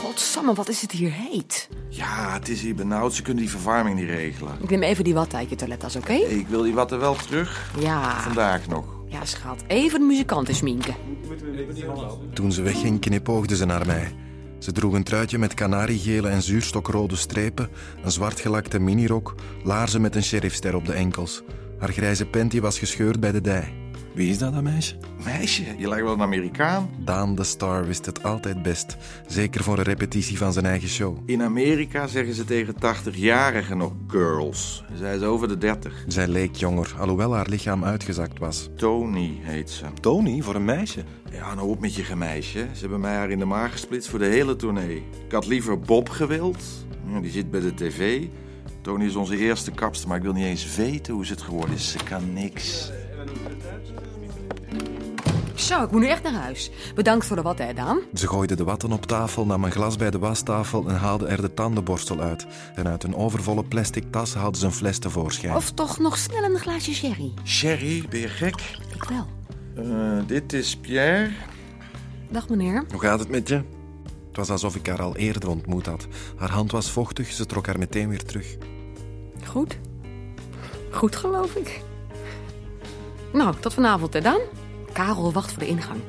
Gadverdamme, wat is het hier heet? Ja, het is hier benauwd. Ze kunnen die verwarming niet regelen. Ik neem even die watta uit je toilettas, oké? Ik wil die watten wel terug. Ja. Vandaag nog. Ja, schat. Even de muzikanten sminken. Toen ze wegging, knipoogde ze naar mij. Ze droeg een truitje met kanariegele en zuurstokrode strepen, een zwartgelakte minirok, laarzen met een sheriffster op de enkels. Haar grijze panty was gescheurd bij de dij. Wie is dat, dat meisje? Meisje, je lijkt wel een Amerikaan. Daan de Star wist het altijd best, zeker voor een repetitie van zijn eigen show. In Amerika zeggen ze tegen 80-jarigen nog girls. Zij is over de 30. Zij leek jonger, alhoewel haar lichaam uitgezakt was. Tony heet ze. Tony, voor een meisje. Ja, nou op met je gemeisje. Ze hebben mij haar in de maag gesplitst voor de hele tournee. Ik had liever Bob gewild. Ja, die zit bij de tv. Tony is onze eerste kapster, maar ik wil niet eens weten hoe ze het geworden is. Ze kan niks. Zo, ik moet nu echt naar huis. Bedankt voor de watta, hè, Daan. Ze gooide de watten op tafel, nam een glas bij de wastafel en haalde er de tandenborstel uit. En uit een overvolle plastic tas haalde ze een fles tevoorschijn. Of toch nog snel een glaasje sherry? Sherry, ben je gek? Ik wel. Eh, dit is Pierre. Dag, meneer. Hoe gaat het met je? Het was alsof ik haar al eerder ontmoet had. Haar hand was vochtig, ze trok haar meteen weer terug. Goed. Goed, geloof ik. Nou, tot vanavond, hè, Daan. Karel wacht voor de ingang.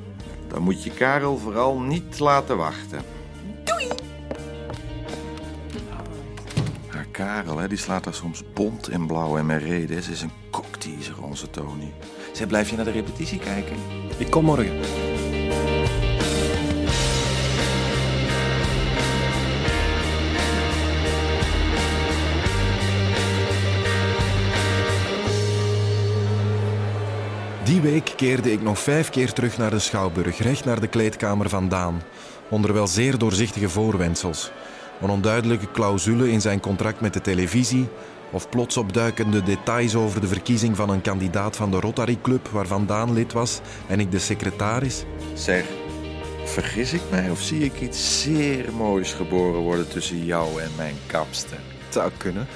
Dan moet je Karel vooral niet laten wachten. Doei! Haar Karel, hè, die slaat haar soms bont in blauw en met reden. Ze is een cockteaser, onze Tony. Zij blijft je naar de repetitie kijken. Ik kom morgen. Die week keerde ik nog vijf keer terug naar de Schouwburg, recht naar de kleedkamer van Daan. Onder wel zeer doorzichtige voorwendsels. Een onduidelijke clausule in zijn contract met de televisie. Of plots opduikende details over de verkiezing van een kandidaat van de Rotary Club waarvan Daan lid was en ik de secretaris. Zeg, vergis ik mij of zie ik iets zeer moois geboren worden tussen jou en mijn kapster? Zou kunnen.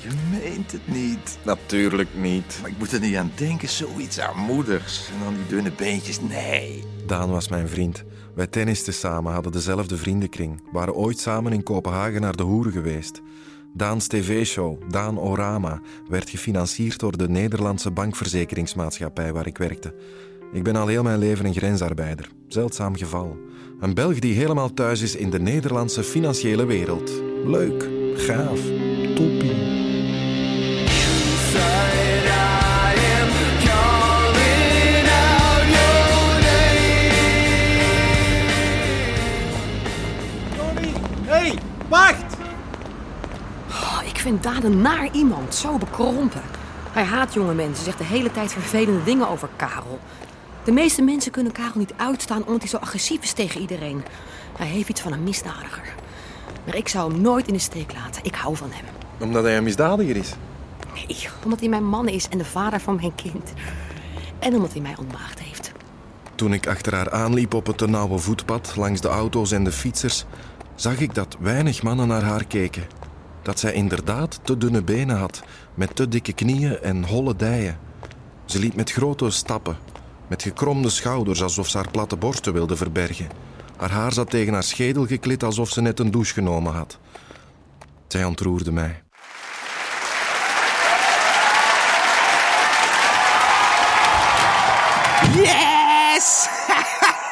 Je meent het niet. Natuurlijk niet. Maar ik moet er niet aan denken, zoiets aanmoedigs. En dan die dunne beentjes, nee. Daan was mijn vriend. Wij tennisten samen, hadden dezelfde vriendenkring, waren ooit samen in Kopenhagen naar de hoeren geweest. Daans tv-show, Daan Orama, werd gefinancierd door de Nederlandse bankverzekeringsmaatschappij waar ik werkte. Ik ben al heel mijn leven een grensarbeider. Zeldzaam geval. Een Belg die helemaal thuis is in de Nederlandse financiële wereld. Leuk, gaaf, toppie. hey, wacht! Oh, ik vind Daan een naar iemand. Zo bekrompen. Hij haat jonge mensen, zegt de hele tijd vervelende dingen over Karel. De meeste mensen kunnen Karel niet uitstaan omdat hij zo agressief is tegen iedereen. Hij heeft iets van een misdadiger. Maar ik zou hem nooit in de steek laten. Ik hou van hem. Omdat hij een misdadiger is. Nee, omdat hij mijn man is en de vader van mijn kind. En omdat hij mij ontmaagd heeft. Toen ik achter haar aanliep op het te nauwe voetpad langs de auto's en de fietsers, zag ik dat weinig mannen naar haar keken. Dat zij inderdaad te dunne benen had, met te dikke knieën en holle dijen. Ze liep met grote stappen, met gekromde schouders alsof ze haar platte borsten wilde verbergen. Haar haar zat tegen haar schedel geklit alsof ze net een douche genomen had. Zij ontroerde mij. Yes!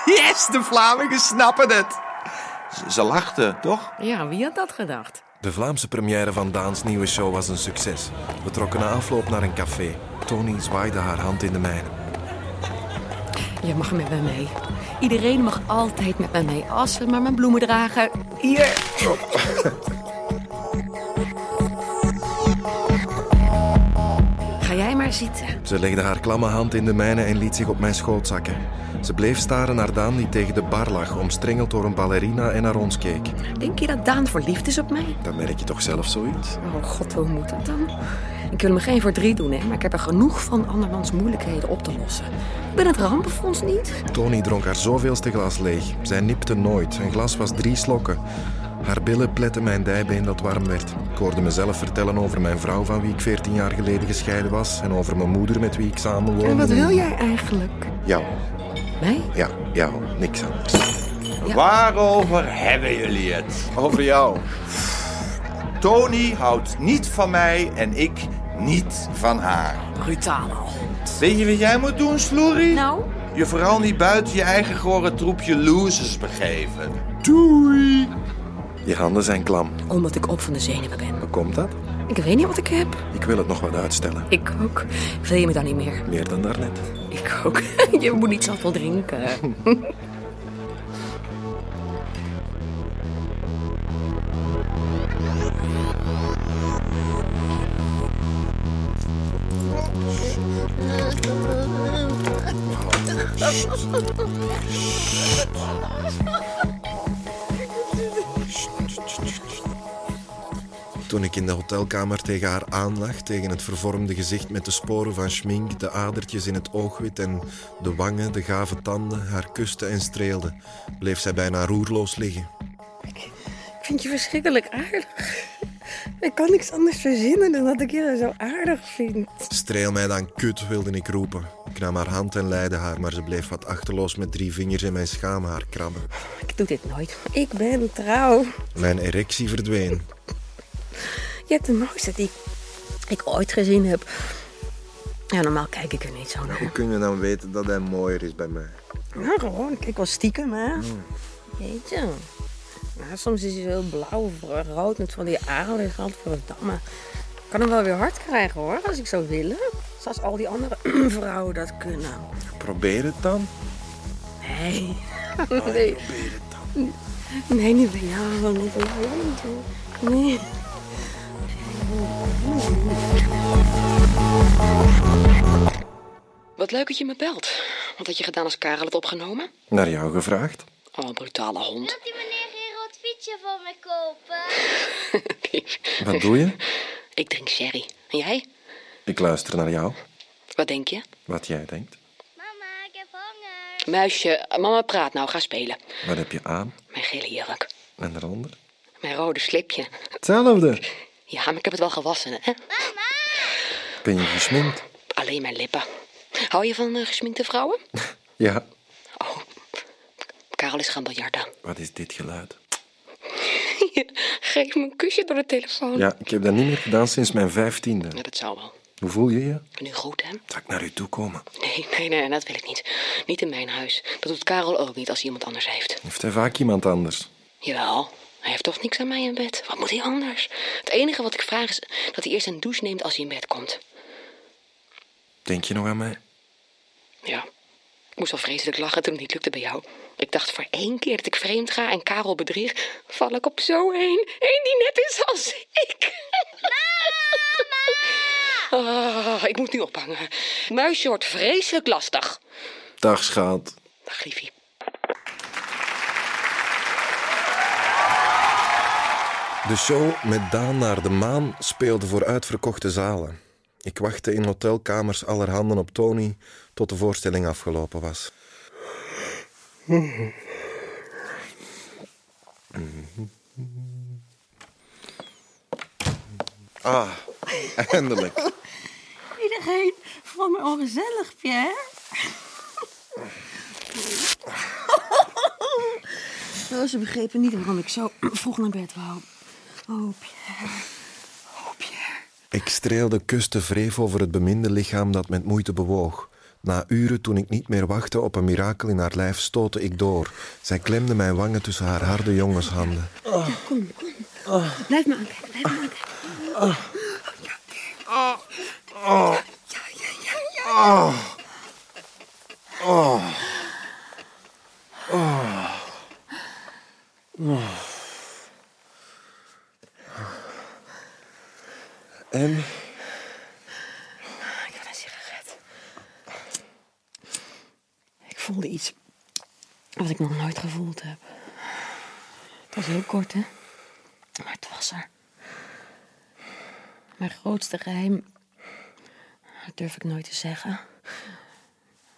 yes, de Vlamingen snappen het. Ze, ze lachten, toch? Ja, wie had dat gedacht? De Vlaamse première van Daans nieuwe show was een succes. We trokken na afloop naar een café. Tony zwaaide haar hand in de mijne. Je mag met mij mee. Iedereen mag altijd met mij mee. Als ze maar mijn bloemen dragen. Hier. Ga jij maar zitten. Ze legde haar klamme hand in de mijne en liet zich op mijn schoot zakken. Ze bleef staren naar Daan die tegen de bar lag, omstrengeld door een ballerina en naar ons keek. Denk je dat Daan verliefd is op mij? Dan merk je toch zelf zoiets? Oh god, hoe moet dat dan? Ik wil me geen verdriet doen, hè, maar ik heb er genoeg van andermans moeilijkheden op te lossen. Ik ben het rampenfonds niet. Tony dronk haar zoveelste glas leeg. Zij nipte nooit. Een glas was drie slokken. Haar billen pletten mijn dijbeen dat warm werd. Ik hoorde mezelf vertellen over mijn vrouw van wie ik 14 jaar geleden gescheiden was en over mijn moeder met wie ik samen woonde. En wat wil jij eigenlijk? Jou. Mij? Ja, jou. Niks anders. Ja. Waarover hebben jullie het? Over jou. Tony houdt niet van mij en ik niet van haar. Brutaal al. Weet je wat jij moet doen, Sloerie? Nou? Je vooral niet buiten je eigen gore troepje losers begeven. Doei! Je handen zijn klam. Omdat ik op van de zenuwen ben. Hoe komt dat? Ik weet niet wat ik heb. Ik wil het nog wat uitstellen. Ik ook. Wil je me dan niet meer? Meer dan daarnet. Ik ook. Je moet niet zoveel drinken. Toen ik in de hotelkamer tegen haar aanlag, tegen het vervormde gezicht met de sporen van schmink, de adertjes in het oogwit en de wangen, de gave tanden, haar kuste en streelde, bleef zij bijna roerloos liggen. Ik vind je verschrikkelijk aardig. Ik kan niks anders verzinnen dan dat ik je zo aardig vind. Streel mij dan kut, wilde ik roepen. Ik nam haar hand en leidde haar, maar ze bleef wat achterloos met drie vingers in mijn schaamhaar krabben. Ik doe dit nooit. Ik ben trouw. Mijn erectie verdween. Je hebt de mooiste die ik ooit gezien heb. Ja, normaal kijk ik er niet zo naar. kun je dan weten dat hij mooier is bij mij? Nou, gewoon. Ik kijk wel stiekem, hè. Jeetje. Nou, soms is hij zo heel blauw of rood met van die aderen. Gadverdamme. Ik kan hem wel weer hard krijgen, hoor, als ik zou willen. Zoals al die andere vrouwen dat kunnen. Probeer het dan. Nee. nee. Nee, niet bij jou. Niet bij jou. Nee. Wat leuk dat je me belt. Wat had je gedaan als Karel het opgenomen? Naar jou gevraagd? Oh, brutale hond. Wilt die meneer geen rood fietsje voor me kopen? Wat doe je? ik drink sherry. En jij? Ik luister naar jou. Wat denk je? Wat jij denkt. Mama, ik heb honger. Muisje, eh, mama praat nou, ga spelen. Wat heb je aan? Mijn gele jurk. En daaronder? Mijn rode slipje. Hetzelfde. Ja, maar ik heb het wel gewassen, hè? Ben je gesminkt? Alleen mijn lippen. Hou je van eh, gesminkte vrouwen? Ja. Oh, Karel is gaan biljarten. Wat is dit geluid? Geef me een kusje door de telefoon. Ja, ik heb dat niet meer gedaan sinds mijn Ja, vijftiende. dat zou wel. Hoe voel je je? Nu goed, hè? Zal ik naar u toe komen? Nee, nee, nee, dat wil ik niet. Niet in mijn huis. Dat doet Karel ook niet als hij iemand anders heeft. Heeft hij vaak iemand anders? Jawel, hij heeft toch niks aan mij in bed. Wat moet hij anders? Het enige wat ik vraag is dat hij eerst een douche neemt als hij in bed komt. Denk je nog aan mij? Ja, ik moest al vreselijk lachen toen het niet lukte bij jou. Ik dacht voor één keer dat ik vreemd ga en Karel bedrieg, val ik op zo heen. Eén die net is als ik. Ah, ik moet nu ophangen. Muisje wordt vreselijk lastig. Dag, schat. Dag, liefie. De show met Daan naar de Maan speelde voor uitverkochte zalen. Ik wachtte in hotelkamers allerhande op Tony tot de voorstelling afgelopen was. Ah, eindelijk. Iedereen vond me ongezellig, Pierre. Oh, ze begrepen niet waarom ik zo vroeg naar bed wou. Oh, Pierre. Oh, Pierre. Ik streelde kuste wreef over het beminde lichaam dat met moeite bewoog. Na uren toen ik niet meer wachtte op een mirakel in haar lijf, stootte ik door. Zij klemde mijn wangen tussen haar harde jongenshanden. Kom, kom. Blijf me aankijken, blijf me aankijken. Ja, ja, ja, ja. En Ik had een sigaret. Ik voelde iets wat ik nog nooit gevoeld heb. Het was heel kort, hè? Maar het was er. Mijn grootste geheim, dat durf ik nooit te zeggen,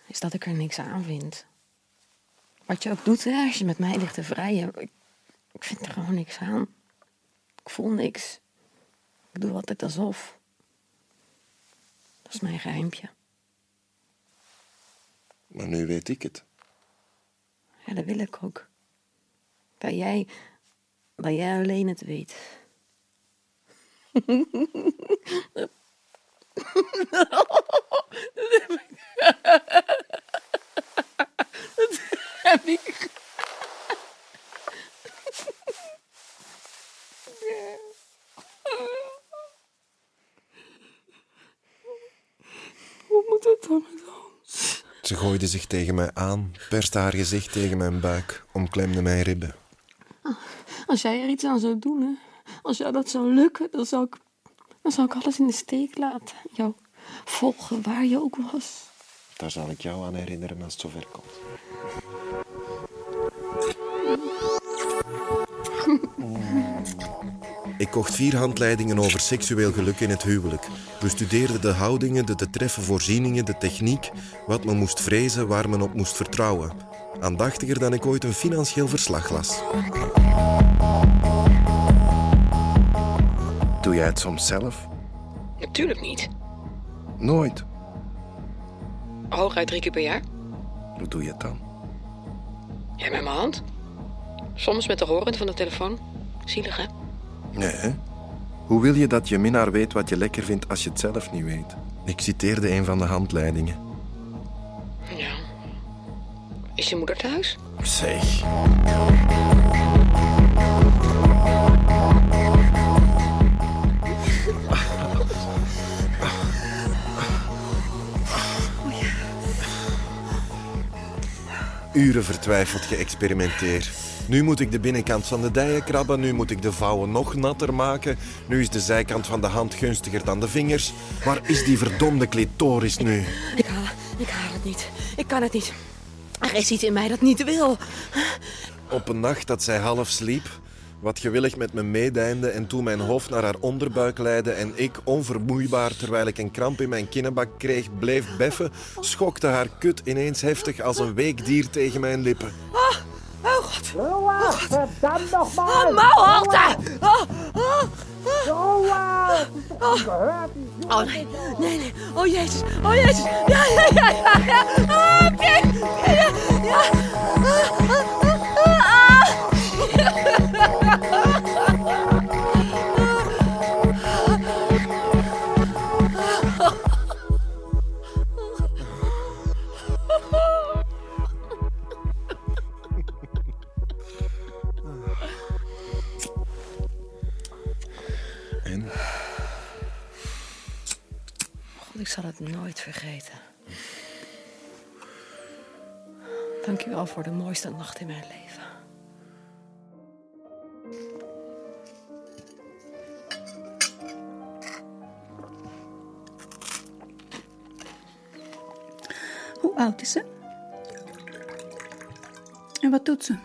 is dat ik er niks aan vind. Wat je ook doet, hè, als je met mij ligt te vrijen, ik, ik vind er gewoon niks aan. Ik voel niks. Ik doe altijd alsof. Dat is mijn geheimpje. Maar nu weet ik het. Ja, dat wil ik ook. Dat jij, dat jij alleen het weet. Hoe moet het dan met ons? Ze gooide zich tegen mij aan, perste haar gezicht tegen mijn buik, omklemde mijn ribben. Als jij er iets aan zou doen, hè? als jou dat zou lukken, dan zou ik, dan zou ik alles in de steek laten. Jou volgen waar je ook was. Daar zal ik jou aan herinneren als het zover komt. Ik kocht vier handleidingen over seksueel geluk in het huwelijk. Bestudeerde de houdingen, de te treffen voorzieningen, de techniek, wat men moest vrezen, waar men op moest vertrouwen. Aandachtiger dan ik ooit een financieel verslag las. Doe jij het soms zelf? Natuurlijk niet. Nooit. Hooguit drie keer per jaar. Hoe doe je het dan? Ja, met mijn hand. Soms met de horend van de telefoon. Zielig, hè? Nee. Hoe wil je dat je minnaar weet wat je lekker vindt als je het zelf niet weet? Ik citeerde een van de handleidingen. Ja. Is je moeder thuis? Zeg. Uren vertwijfeld geëxperimenteerd. Nu moet ik de binnenkant van de dijen krabben, nu moet ik de vouwen nog natter maken. Nu is de zijkant van de hand gunstiger dan de vingers. Waar is die verdomde clitoris nu? Ik haal, ik haal het niet. Ik kan het niet. Er is iets in mij dat niet wil. Op een nacht dat zij half sliep, wat gewillig met me meedijmde en toen mijn hoofd naar haar onderbuik leidde en ik, onvermoeibaar terwijl ik een kramp in mijn kinnebak kreeg, bleef beffen, schokte haar kut ineens heftig als een weekdier tegen mijn lippen. Oh god. Oh god. Oh, mouwholte. Oh, oh, oh. Oh, nee, nee, nee. Oh jezus. Oh jezus. Ja, ja, ja, ja. ja. Oh, oké. Ja, ja, ja. Ah, ah, ah, ah. En? God, ik zal het nooit vergeten. Dankjewel voor de mooiste nacht in mijn leven. Hoe oud is ze? En wat doet ze?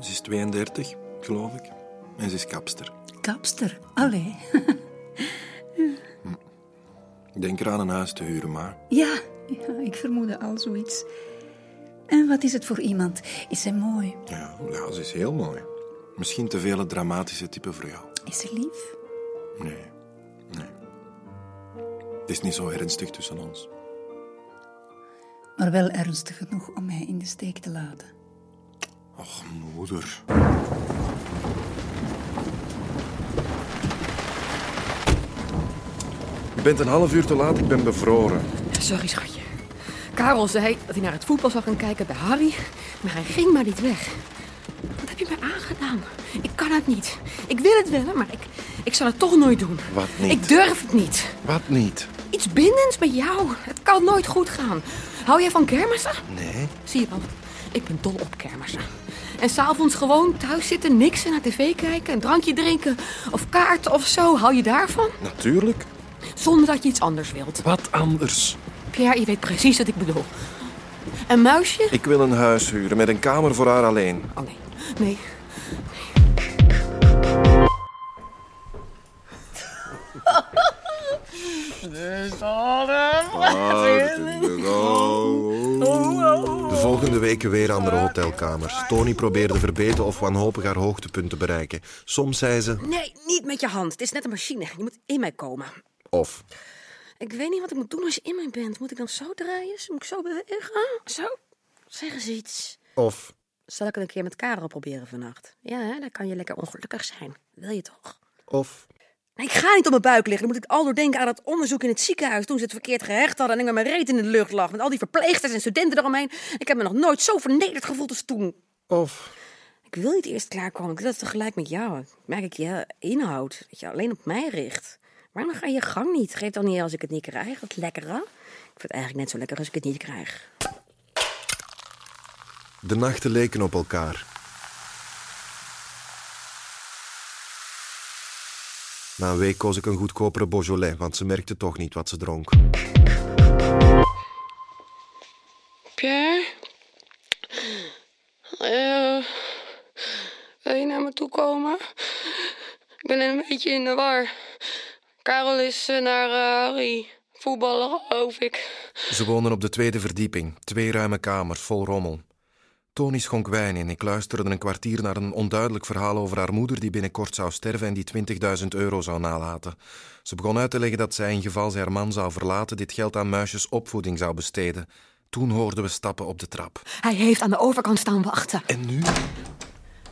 Ze is 32, geloof ik. En ze is kapster. Kapster. Allee. Denk eraan een huis te huren, maar... Ja, ja, ik vermoedde al zoiets. En wat is het voor iemand? Is ze mooi? Ja, ja, ze is heel mooi. Misschien te veel het dramatische type voor jou. Is ze lief? Nee. Nee. Het is niet zo ernstig tussen ons. Maar wel ernstig genoeg om mij in de steek te laten. Och, moeder. Je bent een half uur te laat, ik ben bevroren. Sorry, schatje. Karel zei dat hij naar het voetbal zou gaan kijken bij Harry, maar hij ging maar niet weg. Wat heb je mij aangedaan? Ik kan het niet. Ik wil het wel, maar ik, ik zal het toch nooit doen. Wat niet? Ik durf het niet. Wat niet? Iets bindends bij jou. Het kan nooit goed gaan. Hou jij van kermissen? Nee. Zie je wel, ik ben dol op kermissen. En s'avonds gewoon thuis zitten, niksen, naar tv kijken, een drankje drinken of kaart of zo. Hou je daarvan? Natuurlijk. Zonder dat je iets anders wilt. Wat anders? Pierre, je weet precies wat ik bedoel. Een muisje? Ik wil een huis huren met een kamer voor haar alleen. Oh nee, nee. De volgende weken weer andere hotelkamers. Tony probeerde verbeten of wanhopig haar hoogtepunt te bereiken. Soms zei ze Nee, niet met je hand. Het is net een machine. Je moet in mij komen. of. Ik weet niet wat ik moet doen als je in mij bent. Moet ik dan zo draaien? Moet ik zo bewegen? Zo? Zeg eens iets. Of Zal ik het een keer met Karel proberen vannacht? Ja, hè? dan kan je lekker ongelukkig zijn. Wil je toch? Of Nee, ik ga niet op mijn buik liggen. Dan moet ik al door denken aan dat onderzoek in het ziekenhuis. Toen ze het verkeerd gehecht hadden en ik met mijn reet in de lucht lag. Met al die verpleegsters en studenten eromheen. Ik heb me nog nooit zo vernederd gevoeld als toen. Of Ik wil niet eerst klaarkomen. Ik doe dat tegelijk met jou. Ik merk ik je inhoud. Dat je alleen op mij richt. Waarom ga je gang niet? Geef dan niet als ik het niet krijg. Dat lekkere. Ik vind het eigenlijk net zo lekker als ik het niet krijg. de nachten leken op elkaar. Na een week koos ik een goedkopere Beaujolais, want ze merkte toch niet wat ze dronk. Pierre? Eh, wil je naar me toe komen? Ik ben een beetje in de war. Karel is eh, naar eh, Harry voetballen, geloof ik. Ze woonden op de tweede verdieping, twee ruime kamers vol rommel. Tony schonk wijn in. Ik luisterde een kwartier naar een onduidelijk verhaal over haar moeder die binnenkort zou sterven en die 20.000 euro zou nalaten. Ze begon uit te leggen dat zij, in geval ze haar man zou verlaten, dit geld aan muisjes opvoeding zou besteden. Toen hoorden we stappen op de trap. Hij heeft aan de overkant staan wachten. En nu?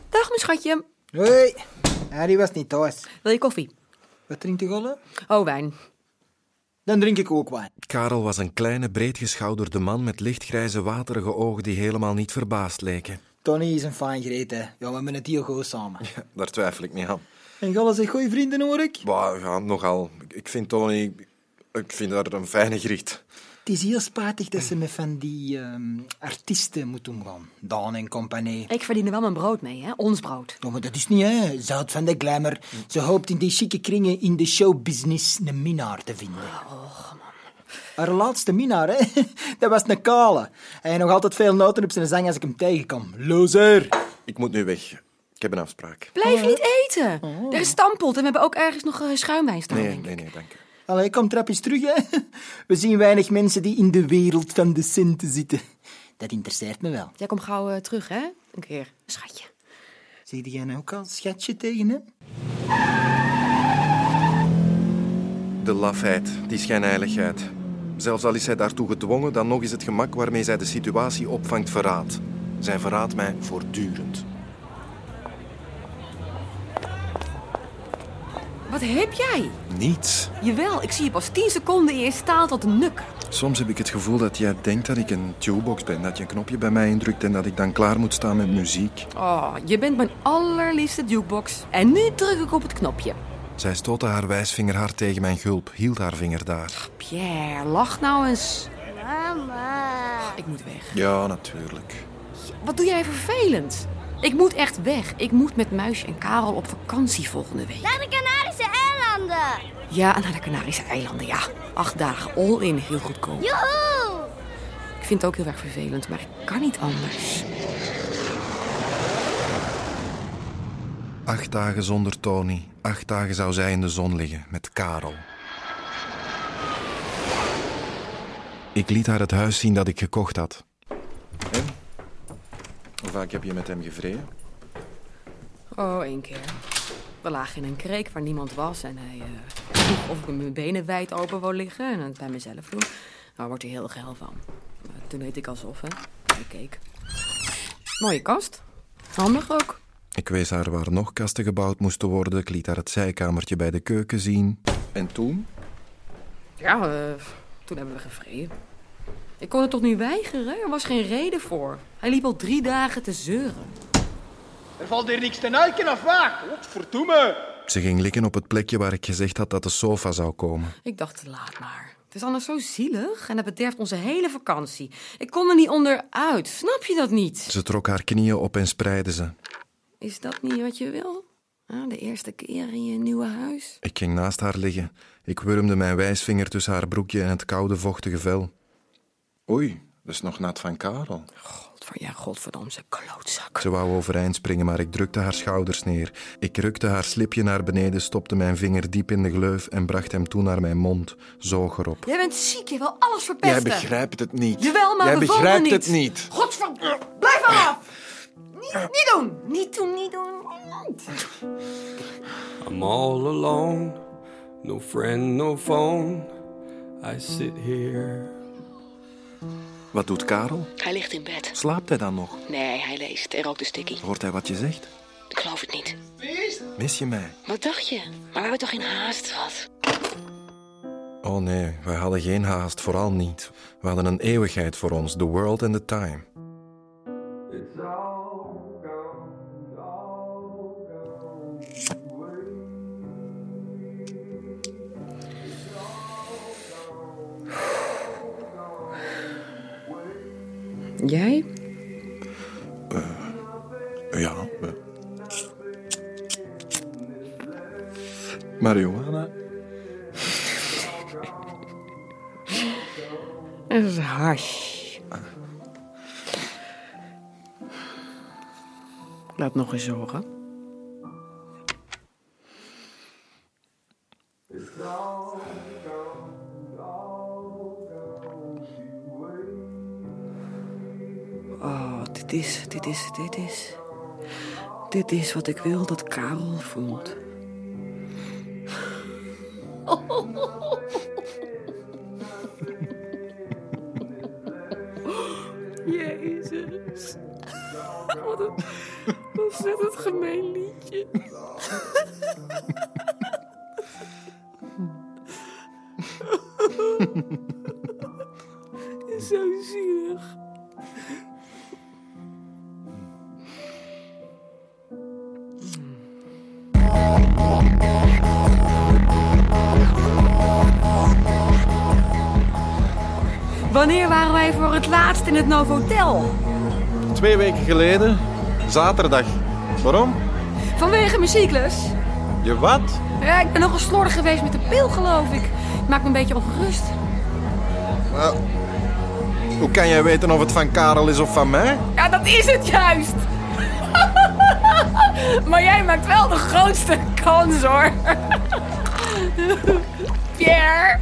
Dag, mijn schatje. Hoi. Harry was niet thuis. Wil je koffie? Wat drinkt de golle? Oh, wijn. Dan drink ik ook wat. Karel was een kleine, breedgeschouderde man met lichtgrijze, waterige ogen die helemaal niet verbaasd leken. Tony is een fijn greet, hè. Ja, we hebben het heel goed samen. Daar twijfel ik niet aan. En golle zijn goede vrienden, hoor ik. Bah, ja, nogal. Ik vind Tony... Ik vind haar een fijne griet. Het is heel spijtig dat ze met van die ehm, artiesten moet omgaan. Daan en compagnie. Ik verdien er wel mijn brood mee, hè? Ons brood. Ja, maar dat is niet, hè. Ze houdt van de glamour. Ze hoopt in die chique kringen in de showbusiness een minnaar te vinden. Haar laatste minnaar, hè. Dat was een kale. En nog altijd veel noten op zijn zang als ik hem tegenkom. Loser! Ik moet nu weg. Ik heb een afspraak. Blijf niet eten. Er is stampot en we hebben ook ergens nog eh, schuimwijn staan. Oh. Nee, denk nee, ik. nee, dank u. Allee, kom trapjes terug, hè. We zien weinig mensen die in de wereld van de centen zitten. Dat interesseert me wel. Jij komt gauw eh, terug, hè? Een keer. Schatje. Zeg jij nou ook al schatje tegen hem? De lafheid, die schijnheiligheid. Zelfs al is hij daartoe gedwongen, dan nog is het gemak waarmee zij de situatie opvangt verraad. Zij verraadt mij voortdurend. Wat heb jij? Niets. Jawel, ik zie je pas 10 seconden in je staat tot een nukken. Soms heb ik het gevoel dat jij denkt dat ik een tubox ben, dat je een knopje bij mij indrukt en dat ik dan klaar moet staan met muziek. Oh, je bent mijn allerliefste jukebox. En nu druk ik op het knopje. Zij stootte haar wijsvinger hard tegen mijn gulp, hield haar vinger daar. Pierre, lach nou eens. Mama. Ik moet weg. Ja, natuurlijk. Wat doe jij vervelend? Ik moet echt weg. Ik moet met Muisje en Karel op vakantie volgende week. Naar de Canarische eilanden. Ja, naar de Canarische eilanden, ja. Acht dagen, all in, heel goedkoop. Joehoe. Ik vind het ook heel erg vervelend, maar ik kan niet anders. Acht dagen zonder Tony. Acht dagen zou zij in de zon liggen met Karel. Ik liet haar het huis zien dat ik gekocht had. Hoe vaak heb je met hem gevreden? Oh, één keer. We lagen in een kreek waar niemand was en hij eh, vroeg of ik met mijn benen wijd open wou liggen en het bij mezelf doen. Daar wordt hij heel geil van. Maar toen deed ik alsof, hè. Ik keek. Mooie kast. Handig ook. Ik wees haar waar nog kasten gebouwd moesten worden. Ik liet haar het zijkamertje bij de keuken zien. En toen? Ja, eh, toen hebben we gevreden. Ik kon het toch niet weigeren? Er was geen reden voor. Hij liep al drie dagen te zeuren. Er valt hier niks te nuiken, of wat? Godverdomme! Ze ging likken op het plekje waar ik gezegd had dat de sofa zou komen. Ik dacht, laat maar. Het is anders zo zielig en dat bederft onze hele vakantie. Ik kon er niet onderuit. Snap je dat niet? Ze trok haar knieën op en spreidde ze. Is dat niet wat je wil? Ah, de eerste keer in je nieuwe huis? Ik ging naast haar liggen. Ik wurmde mijn wijsvinger tussen haar broekje en het koude, vochtige vel. Oei, dat is nog nat van Karel. Godver, ja, godverdomse klootzak. Ze wou overeind springen, maar ik drukte haar schouders neer. Ik rukte haar slipje naar beneden, stopte mijn vinger diep in de gleuf en bracht hem toen naar mijn mond, zoog erop. Jij bent ziek, je wil alles verpesten. het niet. Jawel, maar we vonden Godver... Blijf af! Niet, niet doen! Niet doen, niet doen. I'm all alone, no friend, no phone. I sit here Wat doet Karel? Hij ligt in bed. Slaapt hij dan nog? Nee, hij leest en rookt een stikkie. Hoort hij wat je zegt? Ik geloof het niet. Mis je mij? Wat dacht je? Maar we hebben toch geen haast gehad? Oh nee, wij hadden geen haast, vooral niet. We hadden een eeuwigheid voor ons, the world and the time. Jij? Ja. eh. Marihuana? Dat is hash. Laat nog eens horen. Oh, dit is, dit is, dit is. Dit is wat ik wil dat Karel voelt. Jezus. Wat een ontzettend gemeen liedje. Zo zielig. Wanneer waren wij voor het laatst in het Novotel? Twee weken geleden, zaterdag. Waarom? Vanwege mijn cyclus. Je wat? Ja, ik ben nogal slordig geweest met de pil, geloof ik. Ik maak me een beetje ongerust. Nou, hoe kan jij weten of het van Karel is of van mij? Ja, dat is het juist. maar jij maakt wel de grootste kans, hoor. Pierre.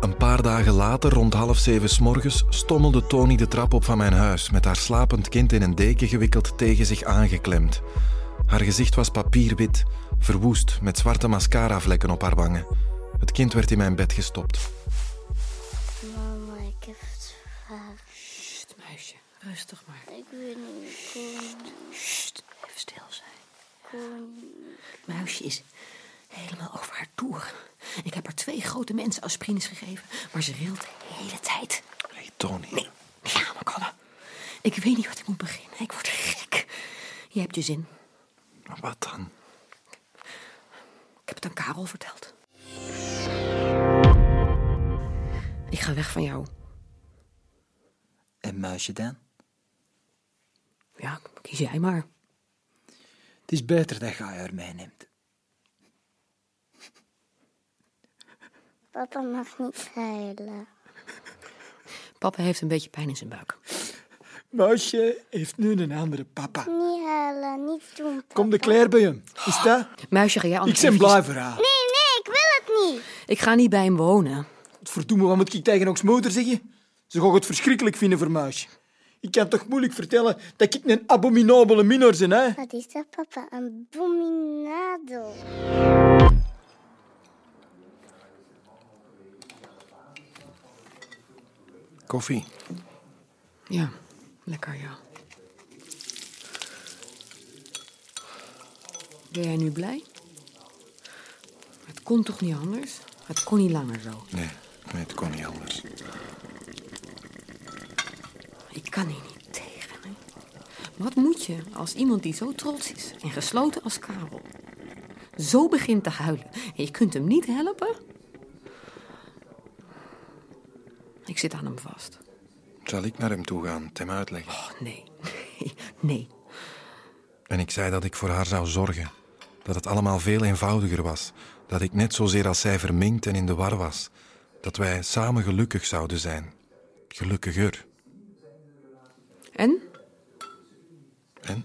Een paar dagen later, rond half zeven 's morgens, stommelde Tony de trap op van mijn huis met haar slapend kind in een deken gewikkeld tegen zich aangeklemd. Haar gezicht was papierwit, verwoest met zwarte mascaravlekken op haar wangen. Het kind werd in mijn bed gestopt. Mama, ik heb het vraag. Sst, meisje. Rustig maar. Ik weet niet, kon, Sst, even stil zijn. kon. Muisje is helemaal over haar toer. Ik heb haar twee grote mensen aspirines gegeven, maar ze rilt de hele tijd. Hey Tony, Ja, maar kom. Ik weet niet wat ik moet beginnen. Ik word gek. Je hebt je zin. wat dan? Ik heb het aan Karel verteld. Ik ga weg van jou. En muisje dan? Ja, kies jij maar. Het is beter dat je haar meeneemt. Papa mag niet huilen. Papa heeft een beetje pijn in zijn buik. Muisje heeft nu een andere papa. Niet huilen, niet doen. papa. Kom de Claire bij hem. Is dat? Muisje, ga jij Ik anders ben eventjes- blij voor haar. Nee, nee, ik wil het niet. Ik ga niet bij hem wonen. Verdomme, wat moet ik tegen ons moeder zeggen? Ze gaat het verschrikkelijk vinden voor muisje. Ik kan toch moeilijk vertellen dat ik een abominabele minor ben, hè? Wat is dat, papa? Een bominado. Koffie. Ja, lekker ja. Ben jij nu blij? Het kon toch niet anders? Het kon niet langer zo. Nee, nee, het kon niet anders. Ik kan hier niet tegen. hè. Wat moet je als iemand die zo trots is en gesloten als Karel zo begint te huilen en je kunt hem niet helpen? Ik zit aan hem vast. Zal ik naar hem toe gaan, het hem uitleggen? Oh, nee, nee, nee. En ik zei dat ik voor haar zou zorgen. Dat het allemaal veel eenvoudiger was. Dat ik net zozeer als zij verminkt en in de war was. Dat wij samen gelukkig zouden zijn. Gelukkiger. En? En?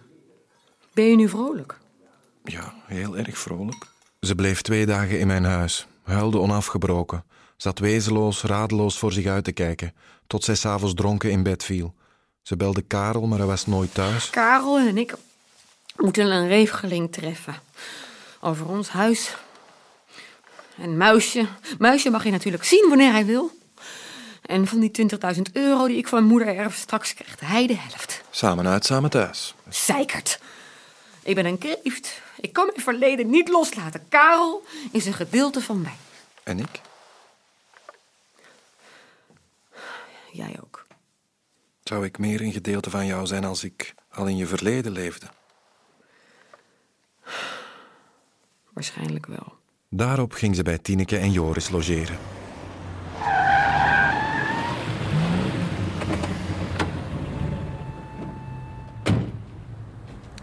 Ben je nu vrolijk? Ja, heel erg vrolijk. Ze bleef twee dagen in mijn huis. Huilde onafgebroken. Zat wezenloos, radeloos voor zich uit te kijken. Tot zij s'avonds dronken in bed viel. Ze belde Karel, maar hij was nooit thuis. Karel en ik moeten een regeling treffen over ons huis. En Muisje. Muisje mag je natuurlijk zien wanneer hij wil. En van die 20.000 euro die ik van mijn moeder erf, straks krijgt hij de helft. Samen uit, samen thuis. Zeikert. Ik ben een kreeft. Ik kan mijn verleden niet loslaten. Karel is een gedeelte van mij. En ik? Jij ook. Zou ik meer een gedeelte van jou zijn als ik al in je verleden leefde? Waarschijnlijk wel. Daarop ging ze bij Tineke en Joris logeren.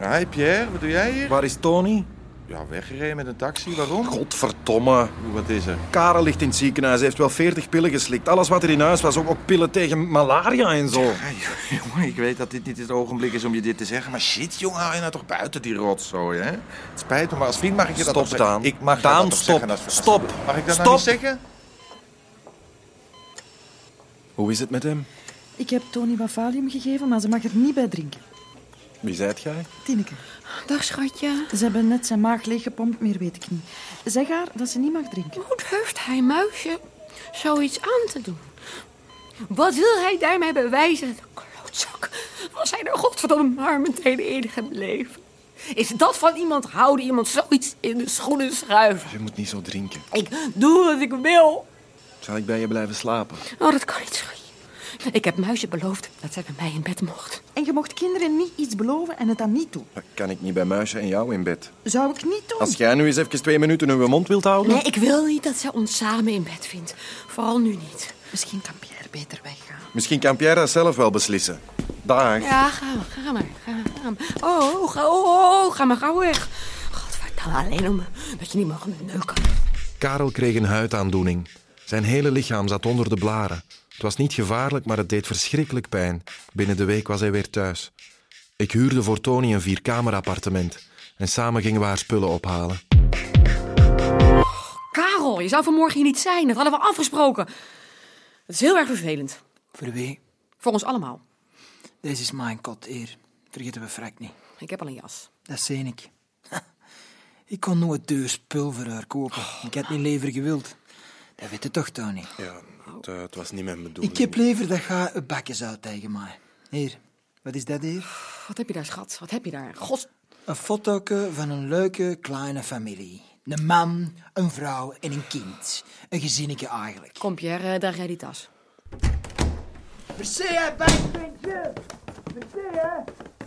Hi Pierre, wat doe jij hier? Waar is Tony? Ja, weggereden met een taxi. Waarom? Godverdomme. Oeh, Wat is er? Karel ligt in het ziekenhuis. Hij heeft wel 40 pillen geslikt. Alles wat er in huis was, ook, ook pillen tegen malaria en zo. Ah, joh, jongen, ik weet dat dit niet het ogenblik is om je dit te zeggen, maar shit, jongen, hou je nou toch buiten die rotzooi, hè? Het spijt me, maar als vriend mag ik je dat Stop, toch zeggen? Daan. Ik mag je Daan, dat toch stop. zeggen als- als- Stop. Mag ik dat Stop. nou niet zeggen? Hoe is het met hem? Ik heb Tony wat Valium gegeven, maar ze mag er niet bij drinken. Wie zijt jij? Tineke. Dag schatje. Ze hebben net zijn maag leeggepompt, meer weet ik niet. Zeg haar dat ze niet mag drinken. Hoe durft hij muisje zoiets aan te doen? Wat wil hij daarmee bewijzen? Klootzak. Was hij er godverdomme maar meteen in gebleven? Is dat van iemand houden, iemand zoiets in de schoenen schuiven? Je moet niet zo drinken. Ik doe wat ik wil. Zal ik bij je blijven slapen? Oh, dat kan niet, schatje. Ik heb muisje beloofd dat zij bij mij in bed mocht. En je mocht kinderen niet iets beloven en het dan niet doen. Dat kan ik niet bij Muisje en jou in bed. Zou ik niet doen. Als jij nu eens even twee minuten uw mond wilt houden... Nee, ik wil niet dat zij ons samen in bed vindt. Vooral nu niet. Misschien kan Pierre beter weggaan. Misschien kan Pierre dat zelf wel beslissen. Dag. Ja, ga maar, ga maar, ga maar. Oh, ga, oh, oh, oh, ga maar gauw weg. Godverdamme, alleen om dat je niet mag neuken. Karel kreeg een huidaandoening. Zijn hele lichaam zat onder de blaren. Het was niet gevaarlijk, maar het deed verschrikkelijk pijn. Binnen de week was hij weer thuis. Ik huurde voor Tony een vierkamerappartement. En samen gingen we haar spullen ophalen. Karel, je zou vanmorgen hier niet zijn. Dat hadden we afgesproken. Het is heel erg vervelend. Voor wie? Voor ons allemaal. Deze is mijn kot, eer. Vergeten we vrek niet. Ik heb al een jas. Dat zei ik. Ik kon nooit duur spul voor haar kopen. Ik had niet lever gewild. Dat weet je toch, Tony? Ja, het, eh, het was niet mijn bedoeling. Ik heb lever dat ga een bakkenzout tegen mij. Hier, wat is dat hier? Wat heb je daar, schat? Wat heb je daar? Gods... Een foto van een leuke kleine familie. Een man, een vrouw en een kind. Een gezinnetje eigenlijk. Kom, Pierre, eh, draag jij die tas. Verzeer, bankpuntje! Verzeer!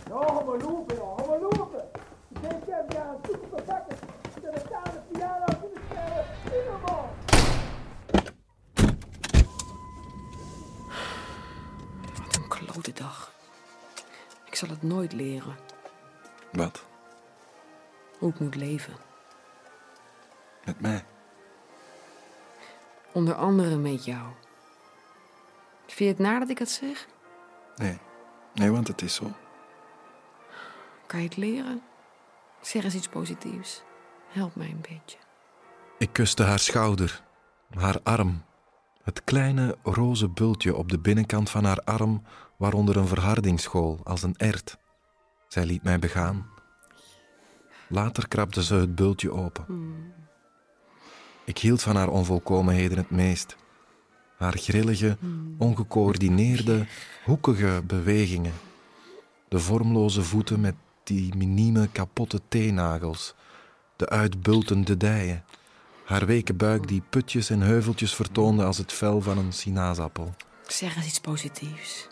Ja, ga maar lopen, ja, ga maar lopen! Ik denk dat we gaan zoeken voor bakken. Ik ben een tafel piano kunnen spelen. Zie je maar! Wat een klote dag. Ik zal het nooit leren Wat? hoe ik moet leven. Met mij? Onder andere met jou. Vind je het naar dat ik het zeg? Nee. Nee, want het is zo. Kan je het leren? Zeg eens iets positiefs. Help mij een beetje. Ik kuste haar schouder, haar arm. Het kleine roze bultje op de binnenkant van haar arm, waaronder een verharding school, als een ert. Zij liet mij begaan. Later krabde ze het bultje open. Ik hield van haar onvolkomenheden het meest. Haar grillige, ongecoördineerde, hoekige bewegingen. De vormloze voeten met die minieme kapotte teenagels. De uitbultende dijen. Haar weken buik die putjes en heuveltjes vertoonde als het vel van een sinaasappel. Zeg eens iets positiefs.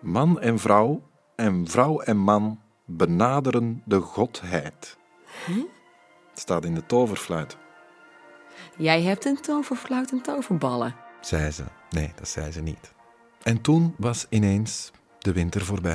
Man en vrouw en vrouw en man benaderen de godheid. Het staat in de toverfluit, Jij hebt een toverfluit en toverballen. zei ze. Nee, dat zei ze niet. En toen was ineens de winter voorbij.